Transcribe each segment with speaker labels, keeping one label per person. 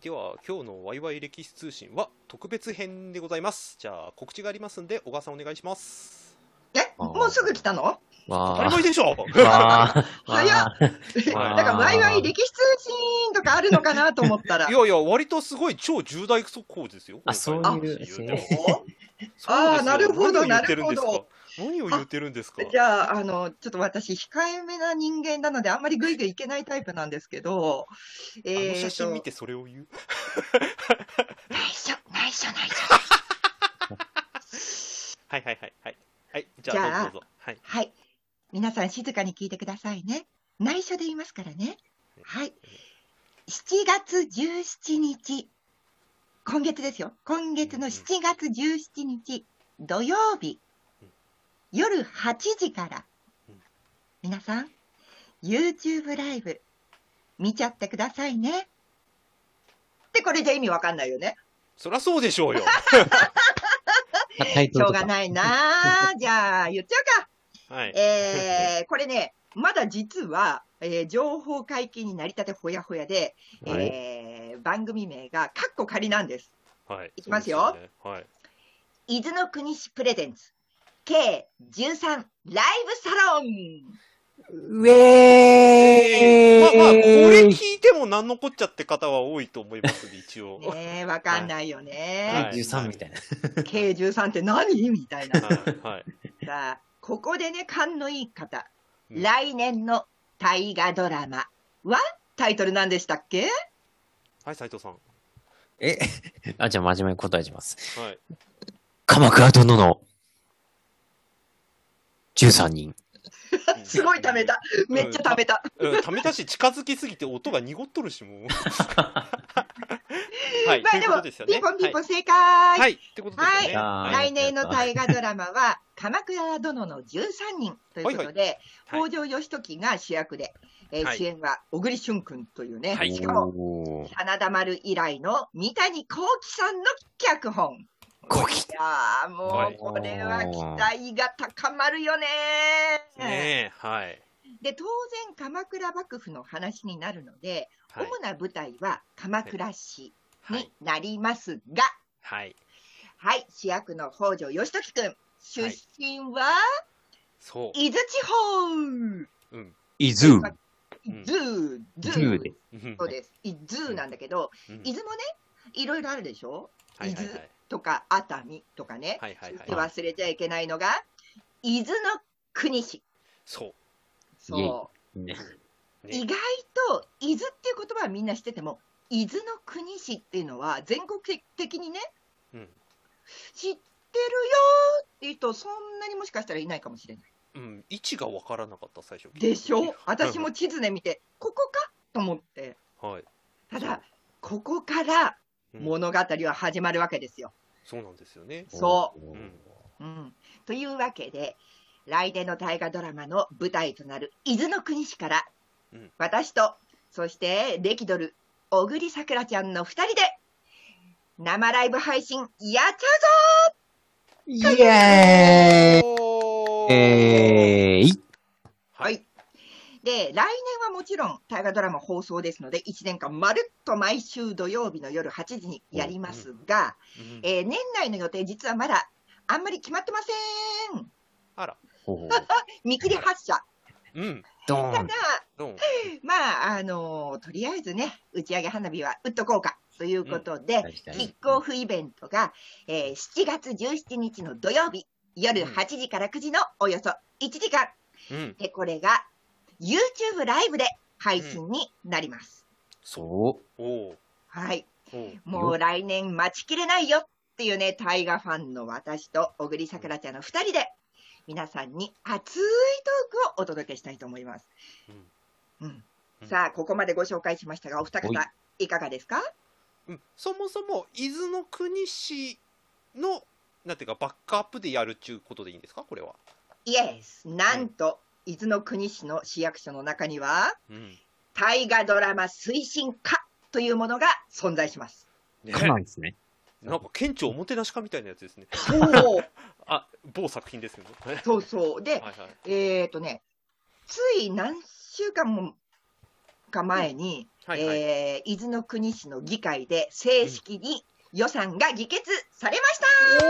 Speaker 1: では今日のワイワイ歴史通信は特別編でございますじゃあ告知がありますんで小川さんお願いします
Speaker 2: え
Speaker 3: あー
Speaker 2: もうすぐ来たの
Speaker 1: 当
Speaker 3: わ
Speaker 1: た
Speaker 3: あ
Speaker 1: り。前でしょ
Speaker 3: わあ。
Speaker 2: 早っ だ
Speaker 3: あー
Speaker 2: から、ワイワイ歴史通信とかあるのかなと思ったら
Speaker 1: い。やいや割とすごい超重大工事ですよ
Speaker 3: あそう
Speaker 1: 今回
Speaker 3: いう
Speaker 1: の話言
Speaker 3: そう
Speaker 1: うてもそうですよ
Speaker 2: あーなるほど
Speaker 1: 何を言ってるんですか
Speaker 2: な
Speaker 1: 何を言ってるんですか
Speaker 2: るほじゃあ、あの、ちょっと私、控えめな人間なので、あんまりグイグイいけないタイプなんですけど、え
Speaker 1: あ
Speaker 2: ー
Speaker 1: の
Speaker 2: と
Speaker 1: 写真見てそれを言う
Speaker 2: 内緒、内緒、内緒。
Speaker 1: はいはいはいはいはいじゃあどうぞどうぞはい
Speaker 2: はい。皆さん静かに聞いてくださいね。内緒で言いますからね。はい。7月17日。今月ですよ。今月の7月17日、土曜日
Speaker 1: うん、
Speaker 2: 夜8時から
Speaker 1: うん、
Speaker 2: 皆さん、YouTube ライブ、見ちゃってくださいね。ってこれじゃ意味わかんないよね。
Speaker 1: そりゃそうでしょうよ
Speaker 3: タイ
Speaker 2: し
Speaker 3: トル
Speaker 2: ょうが
Speaker 3: とか。
Speaker 2: ないなぁ。じゃあ、言っちゃうか。
Speaker 1: はい
Speaker 2: えー、これね、まだ実は、えー情報解禁になりたてほやほやで、
Speaker 3: はい。
Speaker 2: えー番組名がカッコ仮なんです。
Speaker 1: はい
Speaker 2: いきますよ
Speaker 1: そうでねはい
Speaker 2: 伊豆の国市プレゼンツ、計13ライブサロン。
Speaker 3: ウェ
Speaker 1: まあまあこれ
Speaker 3: ーイ
Speaker 1: 聞いても何のこっちゃって方は多いと思いますね一 応
Speaker 2: ねえ、わかんないよね。
Speaker 1: は
Speaker 3: 13みたいな。
Speaker 2: 計13って何みたいな。
Speaker 1: はいはい
Speaker 2: さあ、ここでね、勘のいい方、
Speaker 1: うん
Speaker 2: 来年の大河ドラマはタイトル何でしたっけ
Speaker 1: はい斉藤さん
Speaker 3: え あ、じゃあ真面目に答えします。
Speaker 1: はい
Speaker 3: 鎌倉殿の13人。
Speaker 2: すごいためた。めっちゃためた。
Speaker 1: うん、ためたし近づきすぎて音が濁っとるし もう。はい、と
Speaker 2: まあ
Speaker 1: いう
Speaker 2: で
Speaker 1: こ
Speaker 2: も、
Speaker 1: とですよね。
Speaker 2: ピンポンピンポ
Speaker 1: ン。
Speaker 2: ン正解。
Speaker 1: はい、ってことですよね。
Speaker 3: はい
Speaker 1: はい
Speaker 2: 来年の大河ドラマは「鎌倉殿の13人」ということで
Speaker 1: はい
Speaker 2: 北条義時が主役で、えー
Speaker 1: はい
Speaker 2: 主演は小栗旬君というね、
Speaker 1: はい
Speaker 2: しかも
Speaker 3: おー
Speaker 2: 真田丸以来の三谷幸喜さんの脚本。
Speaker 3: ゴキ
Speaker 2: いやーもうこれは期待が高まるよね
Speaker 1: ねえ、はい。
Speaker 2: で当然鎌倉幕府の話になるので、
Speaker 1: はい。
Speaker 2: 主な舞台は鎌倉市
Speaker 1: は
Speaker 2: に
Speaker 1: い。
Speaker 2: なりますが、
Speaker 1: はい。
Speaker 2: はい、主役の北条義時君出身は、
Speaker 1: そ
Speaker 2: 伊豆地方
Speaker 1: う。うん。
Speaker 3: イズ
Speaker 2: 伊
Speaker 3: ー。
Speaker 2: 豆、
Speaker 3: イ
Speaker 2: ズ
Speaker 3: ズーで。
Speaker 1: うん
Speaker 2: そうです。伊豆なんだけど、
Speaker 1: うん
Speaker 2: 伊豆もね、いろいろあるでしょ
Speaker 1: はいはいはい。
Speaker 2: とか、熱海とかね。
Speaker 1: はいはいはい
Speaker 2: で。忘れちゃいけないのが、伊豆の国市。
Speaker 1: そう。
Speaker 2: そ
Speaker 3: ね
Speaker 2: う。
Speaker 1: ね
Speaker 2: 意外と、伊豆っていう言葉はみんな知ってても、伊豆の国市っていうのは、全国的にね、
Speaker 1: うん。
Speaker 2: 知ってるよーっていう人、そんなにもしかしたらいないかもしれない。
Speaker 1: うん。位置がわからなかった、最初。
Speaker 2: でしょ私も地図で見て、ここかと思って。
Speaker 1: はい。
Speaker 2: ただ、ここから
Speaker 1: うん
Speaker 2: 物語は始まるわけですよ。
Speaker 1: そうなんですよね。
Speaker 2: そ
Speaker 1: うん
Speaker 2: うん、というわけで来年の大河ドラマの舞台となる伊豆の国市から、
Speaker 1: うん
Speaker 2: 私とそしてレキドル小栗さくらちゃんの2人で生ライブ配信やっちゃうぞ
Speaker 3: イエ
Speaker 1: お
Speaker 3: ーイえーい
Speaker 1: は
Speaker 2: はいい。で来年はもちろん大河ドラマ放送ですので1年間まるっと毎週土曜日の夜8時にやりますが、
Speaker 1: うん
Speaker 2: えー年内の予定実はまだあんまり決まってません
Speaker 1: あら。
Speaker 3: ほう
Speaker 2: 見切り発車
Speaker 1: うん。
Speaker 3: ド
Speaker 2: た
Speaker 3: ーン
Speaker 2: だ
Speaker 1: どうも
Speaker 2: まあ、あのとりあえずね、打ち上げ花火は打っとこうかということで、
Speaker 3: 大事大
Speaker 2: キ
Speaker 3: 事
Speaker 2: ックオフイベントが、えー7月17日の土曜日、夜
Speaker 1: うん
Speaker 2: 8時から9時のおよそ1時間。
Speaker 1: うん。
Speaker 2: で、これが YouTube ライブで配信になります。
Speaker 3: そ
Speaker 1: おう
Speaker 2: はい。
Speaker 1: おう
Speaker 2: もう来年待ちきれないよっていうね、タイガファンの私と小栗さくらちゃんの2人で、皆さんに熱いトークをお届けしたいと思います。うん
Speaker 1: うん
Speaker 2: さあ、ここまでご紹介しましたが、お二
Speaker 3: おい
Speaker 2: 方、いかがですか
Speaker 1: うんそもそも伊豆の国市のなんていうかバックアップでやるっちゅうことでいいんですかこれは、
Speaker 2: イエスなんと、伊豆の国市の市役所の中には、
Speaker 1: うん
Speaker 2: 大河ドラマ推進課というものが存在し ます。
Speaker 3: う。
Speaker 1: ね
Speaker 3: かなんですね。
Speaker 1: なんか県庁おもてなしかみたいなやつですね
Speaker 2: そう
Speaker 1: あ某作品ですけど はい
Speaker 2: そうそう。で、
Speaker 1: はい
Speaker 2: えっ、とね、つい何週間も日前に、
Speaker 1: はいはい。
Speaker 2: えー伊豆の国市の議会で正式に予算が議決されまし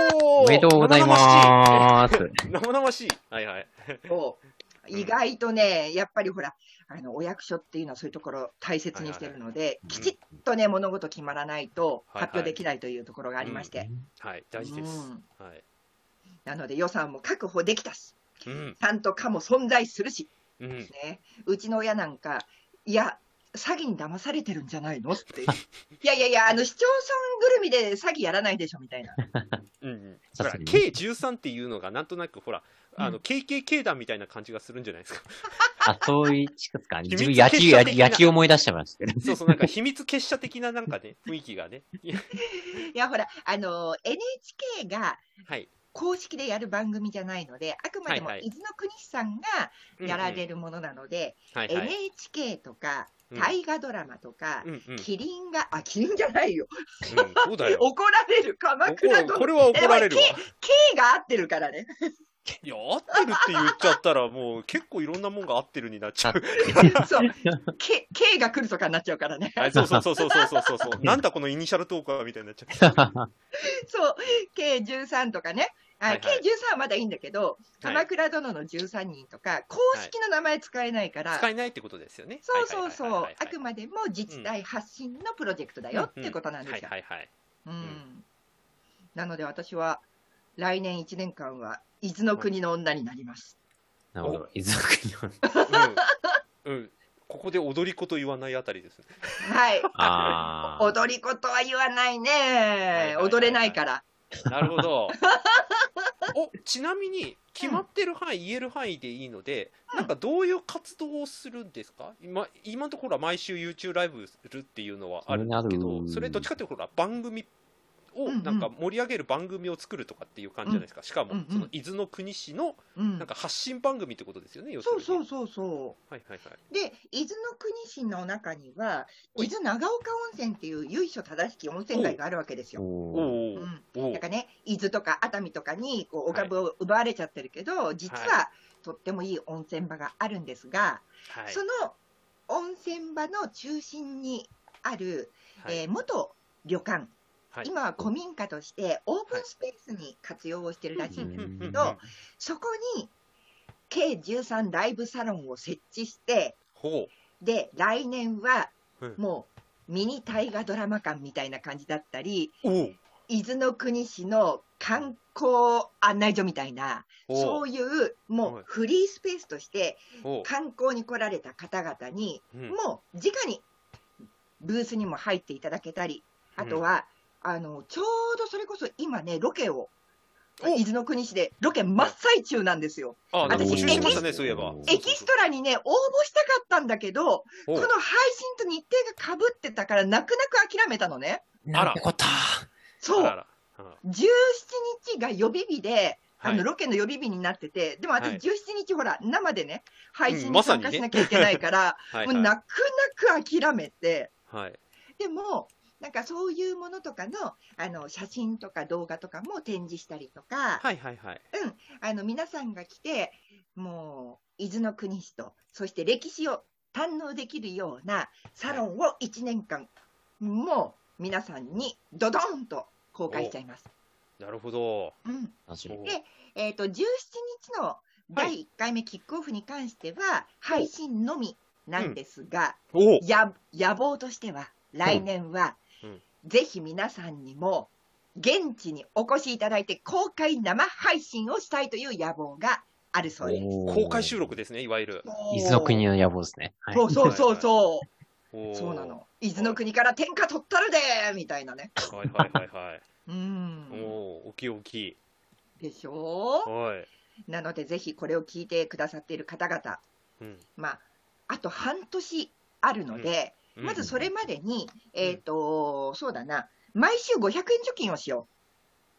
Speaker 2: た、
Speaker 1: おー
Speaker 3: おめでとうございます。
Speaker 1: 生々しい。はいはい。
Speaker 2: そう意外とね、やっぱりほら、あのお役所っていうのはそういうところを大切にしてるので、
Speaker 1: うん
Speaker 2: きちっとね、物事決まらないと
Speaker 1: はいはい
Speaker 2: 発表できないというところがありまして、
Speaker 1: はい、大事です。はい。
Speaker 2: うんなので予算も確保できたし、
Speaker 1: うん。
Speaker 2: ちゃんとかも存在するし、
Speaker 1: うん。
Speaker 2: ね、うちの親なんか、いや、詐欺に騙されてるんじゃないの って、いやいやいや、あの市町村ぐるみで詐欺やらないでしょみたいな、
Speaker 1: うん。ほ
Speaker 3: さ
Speaker 1: ら
Speaker 3: すが、にね
Speaker 1: K13 っていうのが、なんとなく、ほら、あの、KKK 団みたいな感じがするんじゃない ですか。
Speaker 3: あ、そういう地区ですか。
Speaker 1: 秘密
Speaker 3: 自分野球、や
Speaker 1: 結社的な
Speaker 3: 野球思い出してましたけど。
Speaker 1: そうそう、なんか秘密結社的ななんかね、雰囲気が ね。
Speaker 2: いや、ほら、あの NHK が
Speaker 1: はい。
Speaker 2: 公式でやる番組じゃないので、あくまでも
Speaker 1: はいはい
Speaker 2: 伊豆の国市さんがやられ
Speaker 1: る。
Speaker 2: るものなので、
Speaker 1: はいはい。
Speaker 2: NHK とか、
Speaker 1: うん
Speaker 2: 大河ドラマとか、
Speaker 1: うんうん。うん
Speaker 2: キリンが、あ、キリンじゃないよ、
Speaker 1: そうだ よ。
Speaker 2: 怒られる、鎌
Speaker 1: 怒
Speaker 2: 倉
Speaker 1: る
Speaker 2: 殿
Speaker 1: これは怒られるわ。
Speaker 2: K が合ってるからね、
Speaker 1: いや、合ってるって言っちゃったら、もう結構いろんなもんが合ってるになっち ゃう。
Speaker 2: そう、K, K が来るとかになっちゃうからね。
Speaker 1: はい、そうそうそうそうそうそう そう。なんだこのイニシャルトークはみたいになっちゃう。
Speaker 2: そう、計13とかね、
Speaker 1: は
Speaker 2: あ
Speaker 1: い
Speaker 2: 計
Speaker 1: はい
Speaker 2: 13はまだいいんだけど、鎌倉殿の13人とか、公式の名前使えないから、
Speaker 1: 使えないってことですよね。
Speaker 2: そうそう
Speaker 1: はいはい
Speaker 2: そ
Speaker 1: は
Speaker 2: う
Speaker 1: いはい、
Speaker 2: あくまでも自治体発信のプロジェクトだよっていうことなんですよ。
Speaker 1: はいはいはい。
Speaker 2: うん
Speaker 1: うん
Speaker 2: なので私は、来年1年間は、伊豆の国の女になります。
Speaker 3: なるほど。伊豆国の。
Speaker 1: うん、うん、ここで踊り子と言わないあたりですね。
Speaker 2: はい。
Speaker 3: ああ。
Speaker 2: 踊り子とは言わないね、
Speaker 1: いはいはい
Speaker 2: 踊れないから。
Speaker 1: なるほど。 おちなみに決まってる範囲、言える範囲でいいので、
Speaker 2: うん
Speaker 1: なんかどういう活動をするんですか今今のところは毎週 YouTube ライブするっていうのはあるんですけ
Speaker 3: 気に
Speaker 1: ど
Speaker 3: なる
Speaker 1: それどっちかというとほら番組
Speaker 2: う
Speaker 1: を
Speaker 2: んうん
Speaker 1: なんか盛り上げる番組を作るとかっていう感じじゃないですか、しかも
Speaker 2: うんうん
Speaker 1: その伊豆の国市の
Speaker 2: うん
Speaker 1: なんか発信番組ってことですよね、要す
Speaker 2: そ
Speaker 1: る
Speaker 2: う
Speaker 1: に
Speaker 2: そうそうそう。
Speaker 1: はいはいはい
Speaker 2: で、伊豆の国市の中には、
Speaker 1: おい
Speaker 2: 伊豆長岡温泉っていう由緒正しき温泉街があるわけですよ。
Speaker 1: お
Speaker 3: おー
Speaker 1: ー
Speaker 2: うん
Speaker 1: おー
Speaker 2: なんかね、伊豆とか熱海とかにこうお株を奪われちゃってるけど、実はとってもいい温泉場があるんですが、
Speaker 1: はい
Speaker 2: その温泉場の中心にある、
Speaker 1: はい
Speaker 2: えー元旅館、
Speaker 1: はい
Speaker 2: 今は古民家としてオープンスペースに活用をしてるらしいんです、
Speaker 3: うんうんうん
Speaker 2: どそこに計13ライブサロンを設置して、
Speaker 1: ほう
Speaker 2: で来年は
Speaker 1: うん
Speaker 2: もうミニ大河ドラマ館みたいな感じだったり
Speaker 1: おー
Speaker 2: 伊豆の国市の観光案内所みたいな
Speaker 1: お
Speaker 2: そうういうも
Speaker 1: は
Speaker 2: う
Speaker 1: い
Speaker 2: フリースペースとして
Speaker 1: おう
Speaker 2: 観光に来られた方々に
Speaker 1: うん
Speaker 2: もう直にブースにも入っていただけたりあとはあのちょうどそれこそ今ねロケを
Speaker 1: お
Speaker 2: 伊豆の国市でロケ真っ最中なんですよ
Speaker 1: あ、なんか
Speaker 2: 私
Speaker 1: 募集してましたね、
Speaker 3: エキス
Speaker 1: そういえば。
Speaker 2: エキストラにね応募したかったんだけど
Speaker 1: お
Speaker 2: この配信と日程が被ってたから、泣く泣く諦めたのね。
Speaker 1: あ
Speaker 3: な
Speaker 1: ら
Speaker 3: んてこった。
Speaker 2: そ
Speaker 1: あ
Speaker 2: う。
Speaker 1: ららうん
Speaker 2: 17日が予備日で、あ
Speaker 1: は
Speaker 2: の、
Speaker 1: い
Speaker 2: ロケの予備日になってて、でも私
Speaker 1: はい
Speaker 2: 17日ほら、生でね、
Speaker 1: う
Speaker 2: 配信
Speaker 1: ん
Speaker 2: に
Speaker 1: まさにね
Speaker 2: 参加しなきゃいけないから、
Speaker 1: はい
Speaker 2: もう
Speaker 1: は
Speaker 2: 泣く泣く諦めて、
Speaker 1: いはい
Speaker 2: でも、なんかそういうものとかの、あの、写真とか動画とかも展示したりとか、
Speaker 1: はいはいはい。
Speaker 2: あの、皆さんが来て、もう、伊豆の国市と、そして歴史を堪能できるようなサロンを1年間、もう皆さんにドドンと公開しちゃいます。
Speaker 1: なるほど。
Speaker 2: うん、
Speaker 3: 面白い
Speaker 1: お
Speaker 2: えっ、と、17日の第1回目キックオフに関しては、配信のみなんですが、
Speaker 1: お
Speaker 2: や野望としては、来年は、
Speaker 1: うんうん
Speaker 2: ぜひ皆さんにも、現地にお越しいただいて、公開生配信をしたいという野望があるそうです。
Speaker 3: おー
Speaker 1: 公開収録ですね、いわゆる。
Speaker 3: 伊豆の国の野望ですね。はい。
Speaker 2: そうそうそうそう。
Speaker 1: おー
Speaker 2: そうな。の。伊豆の国から天下取ったるでーみたいなね。
Speaker 1: はいはいはいは
Speaker 2: う
Speaker 1: い。お
Speaker 2: ん。
Speaker 1: お、大きい大きい。
Speaker 2: でしょ
Speaker 1: はい。
Speaker 2: うなので、ぜひこれを聞いてくださっている方々、
Speaker 1: うん
Speaker 2: まあ、あと半年あるので、
Speaker 1: うん
Speaker 2: まずそれまでに、えっ、と、そうだな、毎週500円貯金をしよ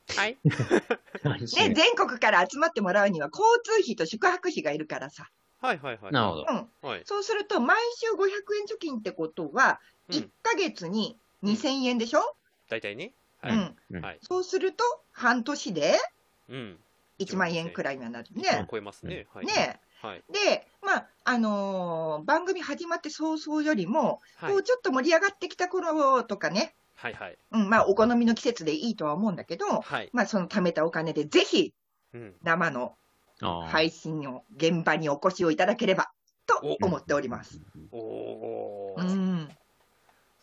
Speaker 1: はい。
Speaker 2: う。ね、全国から集まってもらうには、交通費と宿泊費がいるからさ。
Speaker 1: はいはいはい。
Speaker 3: なるほど。
Speaker 2: うん。
Speaker 1: はい。
Speaker 2: そうすると、毎週500円貯金ってことは、
Speaker 1: うん
Speaker 2: 1ヶ月に2000円でしょ、
Speaker 1: 大体ね。
Speaker 2: う
Speaker 1: は
Speaker 2: ん
Speaker 1: い。
Speaker 3: うん
Speaker 1: はい。
Speaker 2: そうすると、半年で
Speaker 1: うん。
Speaker 2: 1万円くらいにはなるね。
Speaker 1: 超えますね。はい。
Speaker 2: ね
Speaker 1: はい。
Speaker 2: で、まあ、あのー番組始まって早々よりも、
Speaker 1: はい
Speaker 2: こう。ちょっと盛り上がってきた頃とかね、
Speaker 1: はい。はい。
Speaker 2: うん、まあ、お好みの季節でいいとは思うんだけど、
Speaker 1: はい。
Speaker 2: まあ、その貯めたお金で、ぜひ、
Speaker 1: うん。
Speaker 2: 生の
Speaker 3: あー
Speaker 2: 配信の現場にお越しをいただければ、と思っております。。
Speaker 1: おお
Speaker 2: う
Speaker 1: ー。
Speaker 2: ん。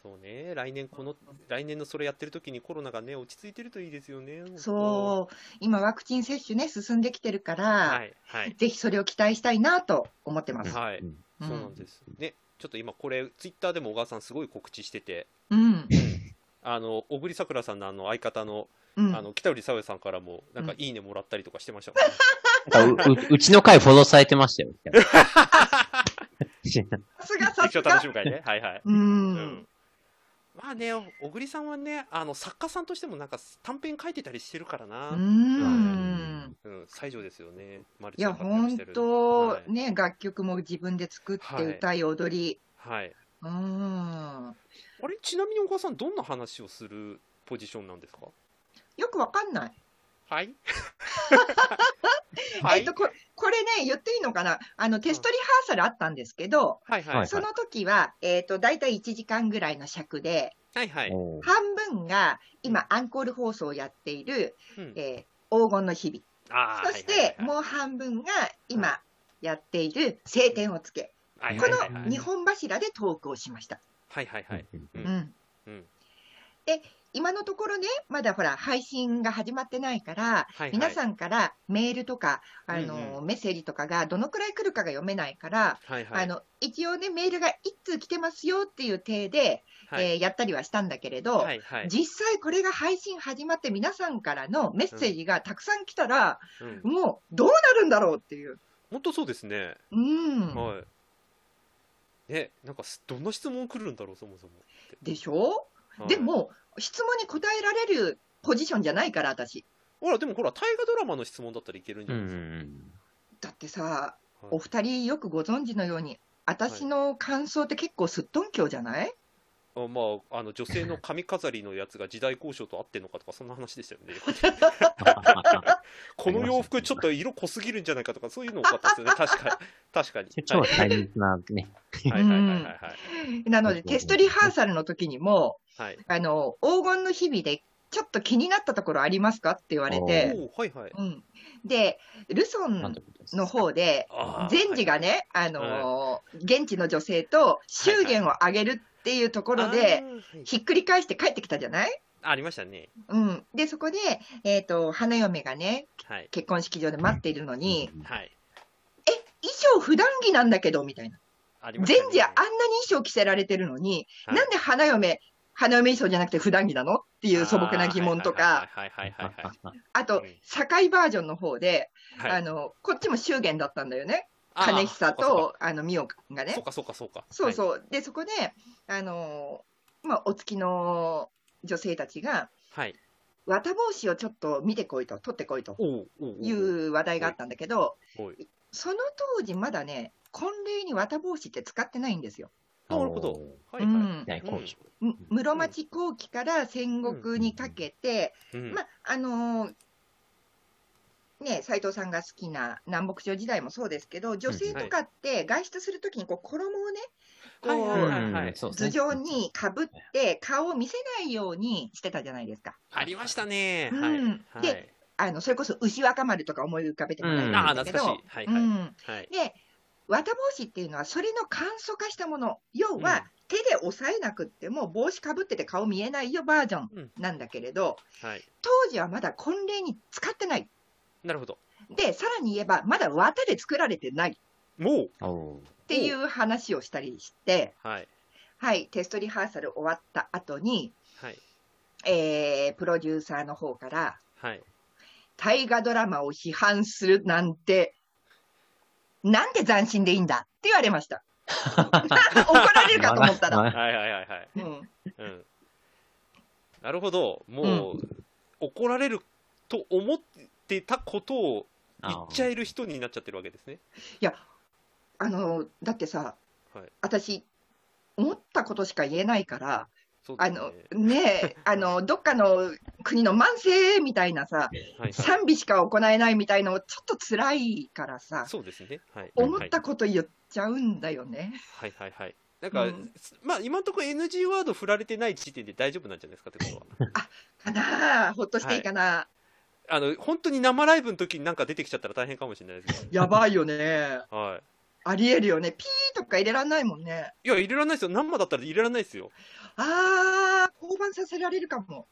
Speaker 1: そうね。来年この、来年のそれやってる時にコロナがね、落ち着いてるといいですよね。
Speaker 2: そう、今ワクチン接種ね、進んできてるから、
Speaker 1: うはい。はい。
Speaker 2: ぜひそれを期待したいなと思ってます。
Speaker 1: はい。
Speaker 3: うん
Speaker 1: そうなんです。ね。ちょっと今これ、ツイッターでも小川さんすごい告知してて、
Speaker 2: うん。
Speaker 1: あの、小栗さくらさんのあの相方の、
Speaker 2: うん。
Speaker 1: あの、北寄沙耶さんからも、なんかいいねもらったりとかしてましたもんね
Speaker 3: なんかうううちの回フォローされてましたよ。
Speaker 2: さすがさ
Speaker 1: 一
Speaker 2: す
Speaker 1: 緒楽
Speaker 2: が
Speaker 1: し。む会ね。はいはい。
Speaker 2: う
Speaker 1: うん
Speaker 2: ん。
Speaker 1: まあね、小栗さんはね、あの作家さんとしてもなんか短編書いてたりしてるからな。
Speaker 2: う
Speaker 1: うん、
Speaker 2: ん。
Speaker 1: 最上ですよね。マル
Speaker 2: い
Speaker 1: チ
Speaker 2: や、
Speaker 1: の発表もし
Speaker 2: 本
Speaker 1: てる
Speaker 2: 当
Speaker 1: は、い、
Speaker 2: ね、楽曲も自分で作って歌い踊り。
Speaker 1: はい。
Speaker 2: うん。
Speaker 1: あれちなみに小川さんどんな話をするポジションなんですか。
Speaker 2: よくわかんない。
Speaker 1: はい。
Speaker 2: えっとこ、これね、言っていいのかなあの、テストリハーサルあったんですけど、
Speaker 1: はいはい
Speaker 2: その時は、えっ、と、だいたい1時間ぐらいの尺で、
Speaker 1: はいはい。
Speaker 3: おー
Speaker 2: 半分が今、アンコール放送をやっている、
Speaker 1: うん
Speaker 2: えー黄金の日々。
Speaker 1: あー
Speaker 2: そして、
Speaker 1: はい
Speaker 2: もう半分が
Speaker 1: は
Speaker 2: 今やっている晴天をつけ、
Speaker 1: はいは
Speaker 2: こ
Speaker 1: いはい、
Speaker 2: の2本柱でトークをしました。
Speaker 1: はいはいはい。
Speaker 3: うん
Speaker 1: うん
Speaker 2: うん
Speaker 1: うん
Speaker 2: で、今のところね、まだほら、配信が始まってないから、
Speaker 1: はいはい。
Speaker 2: 皆さんからメールとか、あ
Speaker 1: うん
Speaker 2: の
Speaker 1: う
Speaker 2: メッセージとかがどのくらい来るかが読めないから、
Speaker 1: はいはい。
Speaker 2: あの一応ね、メールが1通来てますよっていう体で、
Speaker 1: はい
Speaker 2: えーやったりはしたんだけれど、
Speaker 1: はいはい。
Speaker 2: 実際これが配信始まって皆さんからのメッセージがたくさん来たら、
Speaker 1: うん
Speaker 2: もうどうなるんだろうっていう。
Speaker 1: 本当そうですね。
Speaker 2: うん、
Speaker 1: はい。ね、なんかすどんな質問来るんだろうそもそも。
Speaker 2: でしょ、
Speaker 1: はい
Speaker 2: でも、質問に答えられるポジションじゃないから、私。
Speaker 1: ほら、でもほら、大河ドラマの質問だったらいけるんじ
Speaker 3: う
Speaker 1: ゃ
Speaker 3: ん
Speaker 1: ないうですか。
Speaker 3: ん
Speaker 2: だってさ
Speaker 1: はい、
Speaker 2: お二人よくご存知のように、私の感想って結構すっとんきょうじゃない、
Speaker 1: あまあ、あの女性の髪飾りのやつが時代交渉と合ってんのかとか、そんな話でした よね。この洋服、ちょっと色濃すぎるんじゃないかとか、そういうの多かった ですよね、確かに。確かに。
Speaker 3: 超大変なね。
Speaker 1: はいはいはいはいはい
Speaker 2: なので、テストリハーサルの時にも、
Speaker 1: はい。
Speaker 2: あの、黄金の日々で、ちょっと気になったところありますかって言われ
Speaker 1: はい。
Speaker 2: て、
Speaker 1: おお、はいはい。
Speaker 2: うん、で、ルソンの方で、
Speaker 1: あー
Speaker 2: 善治がね、あのー現地の女性と祝言をあげるっていうところで、、
Speaker 1: あーはい
Speaker 2: ひっくり返して帰ってきたじゃない、
Speaker 1: ありましたね。
Speaker 2: うん、で、そこで、えっ、と、花嫁がね、
Speaker 1: はい。
Speaker 2: 結婚式場で待っているのに、
Speaker 1: はい。
Speaker 2: 衣装普段着なんだけど、みたいな。
Speaker 1: ありましたね
Speaker 2: 全治あんなに衣装着せられてるのに、
Speaker 1: はい
Speaker 2: なんで花嫁、花嫁衣装じゃなくて普段着なのっていう素朴な疑問とか、
Speaker 1: あーはいはいはいはいはい
Speaker 2: あと
Speaker 1: うん、
Speaker 2: 堺バージョンの方で、
Speaker 1: はい。
Speaker 2: あの、こっちも祝言だったんだよね。
Speaker 1: あー
Speaker 2: 金久と、あの、美桜がね。
Speaker 1: そうかそうかそうか。
Speaker 2: そう
Speaker 1: う。
Speaker 2: そう。で、そこで、あのーまあ、お付きの女性たちが、
Speaker 1: はい。
Speaker 2: 綿帽子をちょっと見てこいと、取ってこいと
Speaker 1: おうおうおう
Speaker 2: いう話題があったんだけど、
Speaker 1: おい
Speaker 2: その当時まだね、婚礼に綿帽子って使ってないんですよ。
Speaker 1: なるほど。はいうは
Speaker 2: ん
Speaker 3: 大好評。
Speaker 2: む室町後期から戦国にかけて、
Speaker 1: い。うん
Speaker 2: まあ、あのーね、斉藤さんが好きな南北朝時代もそうですけど、女性とかって外出するときにこう衣をね、
Speaker 1: はい
Speaker 2: こう、
Speaker 1: はいはい
Speaker 2: 頭上にかぶって顔を見せないようにしてたじゃないですか。
Speaker 1: ありましたね。
Speaker 2: うん
Speaker 1: はい。
Speaker 2: で
Speaker 1: はい
Speaker 2: あのそれこそ牛若丸とか思い浮かべてもらえ
Speaker 1: あ
Speaker 2: た
Speaker 1: あ、
Speaker 2: んだけ
Speaker 1: 懐か
Speaker 2: ど、
Speaker 1: しい。
Speaker 2: うん
Speaker 1: はいはい。はい。
Speaker 2: で綿帽子っていうのはそれの簡素化したもの要
Speaker 1: うん
Speaker 2: は手で押さえなくっても帽子かぶってて顔見えないよバージョ
Speaker 1: うん
Speaker 2: ンなんだけれど、
Speaker 1: はい。
Speaker 2: 当時はまだ婚礼に使ってない
Speaker 1: なるほど。
Speaker 2: でさらに言えばまだ綿で作られてない
Speaker 1: もう。
Speaker 3: おー
Speaker 2: っていう話をしたりして、
Speaker 1: はい。
Speaker 2: はい、テストリハーサル終わった後に、
Speaker 1: はい。
Speaker 2: えープロデューサーの方から
Speaker 1: はい。
Speaker 2: 大河ドラマを批判するなんて、なんて斬新でいいんだって言われま した。怒られるかと思ったら。
Speaker 3: まあ
Speaker 1: はいはいはいはい。
Speaker 2: うん、
Speaker 1: うん。なるほど。もう、怒られると思ってたことを言っちゃえる人になっちゃってるわけですね。
Speaker 2: あのだってさ、
Speaker 1: はい
Speaker 2: 私、思ったことしか言えないから、
Speaker 1: そう
Speaker 2: あ
Speaker 1: ですね
Speaker 2: の、ねえ、あの、どっかの国の慢性みたいなさ、
Speaker 1: はいはい、
Speaker 2: 賛美しか行えないみたいの、ちょっと辛いからさ、
Speaker 1: そうですね、はい、
Speaker 2: 思
Speaker 1: は
Speaker 2: っ
Speaker 1: い
Speaker 2: たこと言っちゃうんだよね。
Speaker 1: はいはいはい。なんか、
Speaker 2: うん
Speaker 1: まあ今のところ NG ワード振られてない時点で大丈夫なんじゃないですかってこと は。
Speaker 2: かなあほっとしていいかな、
Speaker 1: あの、本当に生ライブの時になんか出てきちゃったら大変かもしれないですね。
Speaker 2: やばいよね。
Speaker 1: は
Speaker 2: ありえるよね。ピーとか入れらんないもんね。
Speaker 1: い。いや、入れられないですよ。生だったら入れられないですよ。
Speaker 2: あー、降板させられるかも。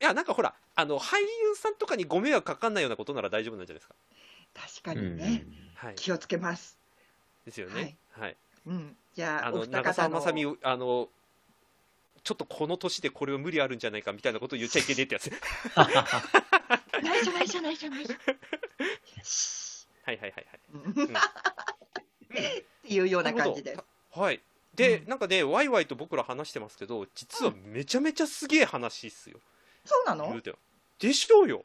Speaker 1: いや、なんかほら、あの、俳優さんとかにご迷惑かかんないようなことなら大丈夫なんじゃないですか。
Speaker 2: 確か
Speaker 3: う
Speaker 2: に
Speaker 3: ん
Speaker 2: ね。
Speaker 1: はい。
Speaker 2: 気をつけます。
Speaker 1: ですよね。はい。
Speaker 2: うん。じゃあ、
Speaker 1: あ
Speaker 2: お
Speaker 1: の、
Speaker 2: 二
Speaker 1: 長澤
Speaker 2: 方の
Speaker 1: まさみ、あの、ちょっとこの年でこれは無理あるんじゃないかみたいなことを言っちゃいけねえってや つ。
Speaker 2: ないじゃないじゃないじゃないじゃない。シ
Speaker 1: はいはいはいはい。
Speaker 2: ーうんっていうような感じです。
Speaker 1: はい。で、
Speaker 2: うん
Speaker 1: なんかね、ワイワイと僕ら話してますけど、実はめちゃめちゃすげえ話っすよ。
Speaker 2: そうな
Speaker 1: 言
Speaker 2: の
Speaker 1: うてよでしょうよ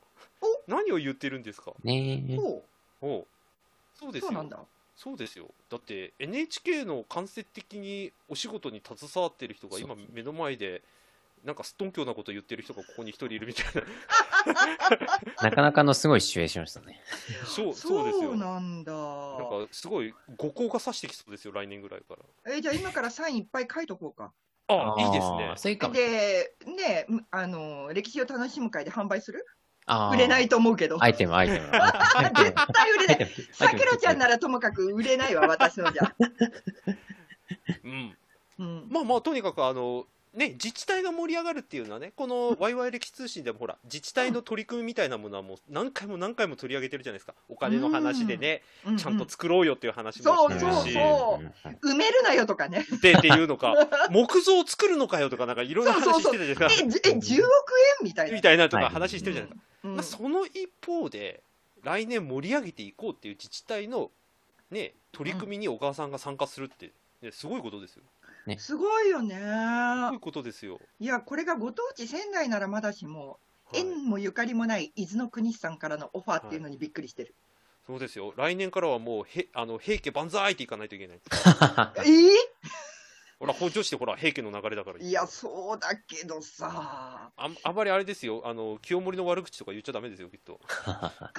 Speaker 1: 何を言ってるんですか
Speaker 3: ねえ。
Speaker 2: そ
Speaker 1: おうそうで
Speaker 2: う
Speaker 1: す
Speaker 2: そ
Speaker 1: よ
Speaker 2: うなんだ。
Speaker 1: そうですよだって NHK の間接的にお仕事に携わってる人が今目の前でなんかすっとんきょうなこと言ってる人がここに一人いるみた いな
Speaker 3: なかなかのすごいシチュエーションでしたね。
Speaker 1: そうそうです
Speaker 2: そ
Speaker 1: よ
Speaker 2: う
Speaker 1: なんか
Speaker 2: なんだ。
Speaker 1: すごい五光が差してきそうですよ来年ぐらいか
Speaker 2: えじゃあ今からサインいっぱい書いとこうか。
Speaker 1: らああいいです
Speaker 3: あ
Speaker 1: ね
Speaker 3: ーそういうかも。
Speaker 2: で、ねえあの、歴史を楽しむ会で販売する
Speaker 3: あー
Speaker 2: 売れないと思うけど。
Speaker 3: アイテム、アイテム。
Speaker 2: あ 絶対売れない。さくらちゃんな
Speaker 3: ら。
Speaker 2: らともかく売れないわ、私のじ ゃ。
Speaker 1: うん
Speaker 2: うん。
Speaker 1: まあまあとにかくあのね、自治体が盛り上がるっていうのはね、このワイワイ歴史通信でもほら、自治体の取り組みみたいなものはもう何回も何回も取り上げてるじゃないですか、お金の話でね、
Speaker 2: うう
Speaker 1: ちゃんと作ろうよっていう話も
Speaker 2: う
Speaker 1: し
Speaker 2: そ
Speaker 1: てる
Speaker 2: う
Speaker 1: し、
Speaker 2: そう埋めるなよと かね。
Speaker 1: でっていうのか、木造を作るのかよとか、なんかいろんな話してたじゃないです
Speaker 2: で、
Speaker 1: か、
Speaker 2: じえ、10億円みたいな。
Speaker 1: みたいなと
Speaker 3: は
Speaker 1: か
Speaker 3: い
Speaker 1: 話してるじゃないですか。
Speaker 2: うん
Speaker 1: まあ、その一方で、来年盛り上げていこうっていう自治体の、ね、取り組みに小川さんが参加するって、ね、すごいことですよ。
Speaker 2: すごいよね。
Speaker 1: すごいことですよ。
Speaker 2: いや、これがご当地仙台ならまだしも、
Speaker 1: はい
Speaker 2: 縁もゆかりもない伊豆の国さんからのオファーっていうのにびっくりしてる。
Speaker 1: そうですよ。来年からはもう、へあの平家万歳っていかないといけない。
Speaker 2: え
Speaker 1: ほら、本調子でほら、平家の流れだから。
Speaker 2: ーいや、そうだけどさ。
Speaker 1: あんあんまりあれですよ。あの、清盛の悪口とか言っちゃダメですよ、きっと。
Speaker 2: あ、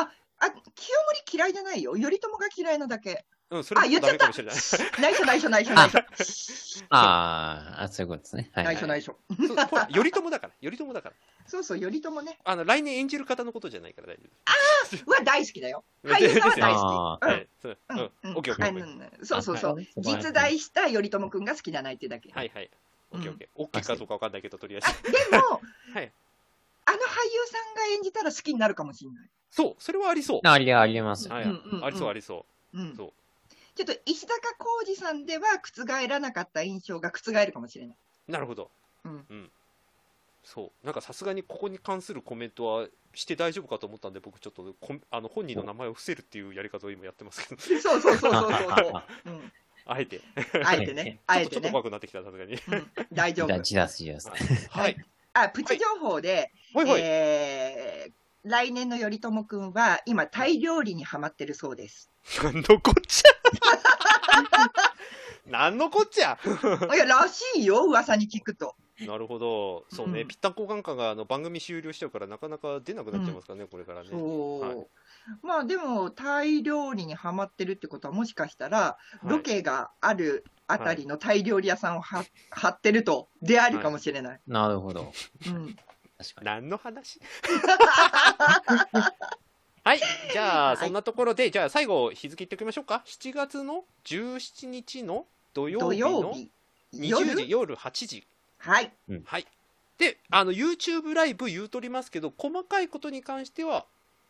Speaker 2: 清盛嫌いじゃないよ。頼朝が嫌いなだけ。
Speaker 1: うん、それ
Speaker 2: あ
Speaker 1: も
Speaker 2: 言っち
Speaker 1: ダ
Speaker 2: ゃっ
Speaker 1: メ
Speaker 2: た
Speaker 1: かもしれない。
Speaker 2: 内緒内緒内緒内緒。
Speaker 3: あーあ、そういうことですね。はい。
Speaker 2: 内緒内緒。
Speaker 1: そうほら頼朝だから、頼朝だから。
Speaker 2: そうそう、頼朝ね。
Speaker 1: あの来年演じる方のことじゃないから大丈
Speaker 2: は大好きだよ。
Speaker 1: 夫。
Speaker 2: 俳優さんは
Speaker 1: ですよね
Speaker 2: 大好
Speaker 3: あ
Speaker 2: き。うん
Speaker 1: はいそう
Speaker 2: う
Speaker 1: うんん
Speaker 2: うん
Speaker 1: オッケーオッケ
Speaker 2: あ
Speaker 1: ーオッケー。
Speaker 2: のそうそうそう。
Speaker 3: あはい
Speaker 2: 実在した頼朝くんが好きじゃないってだけ。
Speaker 1: はいはい。オ
Speaker 2: うん
Speaker 1: ッケーオッケー。オッケーかどうかわかんないけど、とりあえ
Speaker 2: あ
Speaker 1: ず。
Speaker 2: でも、
Speaker 1: はい
Speaker 2: あの俳優さんが演じたら好きになるかもしれない。
Speaker 1: そう、それはありそう。
Speaker 3: ありありえます。
Speaker 1: はい
Speaker 2: うんうんうん
Speaker 1: ありそう、ありそう。
Speaker 2: うん、
Speaker 1: そう
Speaker 2: ちょっと石坂浩二さんでは覆らなかった印象が覆るかもしれない。
Speaker 1: なるほど。
Speaker 2: うん
Speaker 1: そう。なんかさすがにここに関するコメントはして大丈夫かと思ったんで、僕ちょっとこんあの本人の名前を伏せるっていうやり方を今やってますけど、
Speaker 2: そうそうそうそ うそうそう、う
Speaker 1: あえて。ち
Speaker 2: ん。あえてね、あ
Speaker 1: ょっ
Speaker 2: え
Speaker 1: とちょ
Speaker 2: て
Speaker 1: っと
Speaker 2: ね、
Speaker 1: 怖くなってきた、さすがに。
Speaker 2: うん大丈
Speaker 3: じゃあ、
Speaker 2: 夫。
Speaker 3: ジダス、ジダス。
Speaker 1: はい。
Speaker 2: あ、プチ情報で、
Speaker 1: はいはい。
Speaker 2: えー来年の頼朝くんは今タイ料理にハマってるそ うです。
Speaker 1: なんのこっちゃ。なんのこっちゃ。
Speaker 2: いや、らしいよ、噂に聞くと。
Speaker 1: なるほど、そうね、
Speaker 2: うん
Speaker 1: ぴったんこ眼科があの番組終了しちゃうから、なかなか出なくなっちゃいますからね、これからね。
Speaker 2: そう、
Speaker 1: はい
Speaker 2: まあでもタイ料理にハマってるってことはもしかしたら
Speaker 1: はい
Speaker 2: ロケがあるあたりのタイ料理屋さんをは張ってると出会えるかもしれない、
Speaker 3: なるほど。
Speaker 2: うん、
Speaker 3: 確かに。
Speaker 1: 何の話 はい、じゃ
Speaker 2: は
Speaker 1: あ、
Speaker 2: い
Speaker 1: そんなところで、じゃあ、最後、日付言っておきましょうか。7月の17日の土曜
Speaker 2: 土
Speaker 1: 日の
Speaker 2: 曜日
Speaker 1: 20時、
Speaker 2: 夜
Speaker 1: 夜8時。
Speaker 2: はい
Speaker 1: はい。で、あの、YouTube ライブ言うとりますけど、細かいことに関しては、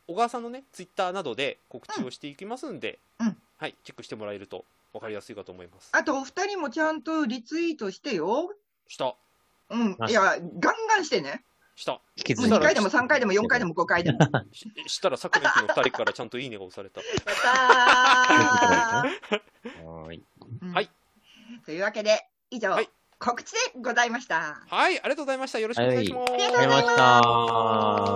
Speaker 1: 小川さんのね、Twitter などで告知をしていきますんで、
Speaker 2: うんうん
Speaker 1: はい、チェックしてもらえると分かりやすいかと思います。
Speaker 2: あとお二人もちゃんとリツイートしてよ
Speaker 1: 下、
Speaker 2: うん
Speaker 3: はい
Speaker 2: いやガンガンしてね
Speaker 1: 下。
Speaker 3: 引き
Speaker 1: そう
Speaker 2: 2
Speaker 1: だ
Speaker 2: 回でも3回でも4回でも5回でもやっ
Speaker 1: ししたら、さくらきの2人からちゃんといいねが押された。
Speaker 2: たー、
Speaker 3: はーい。
Speaker 2: う ん
Speaker 1: はい
Speaker 2: というわけで以上、
Speaker 1: はい
Speaker 2: 告知でございました
Speaker 1: はい、ありがとうございました。よろしくお願いします。
Speaker 2: ありがとうございます
Speaker 3: ありがとうございました。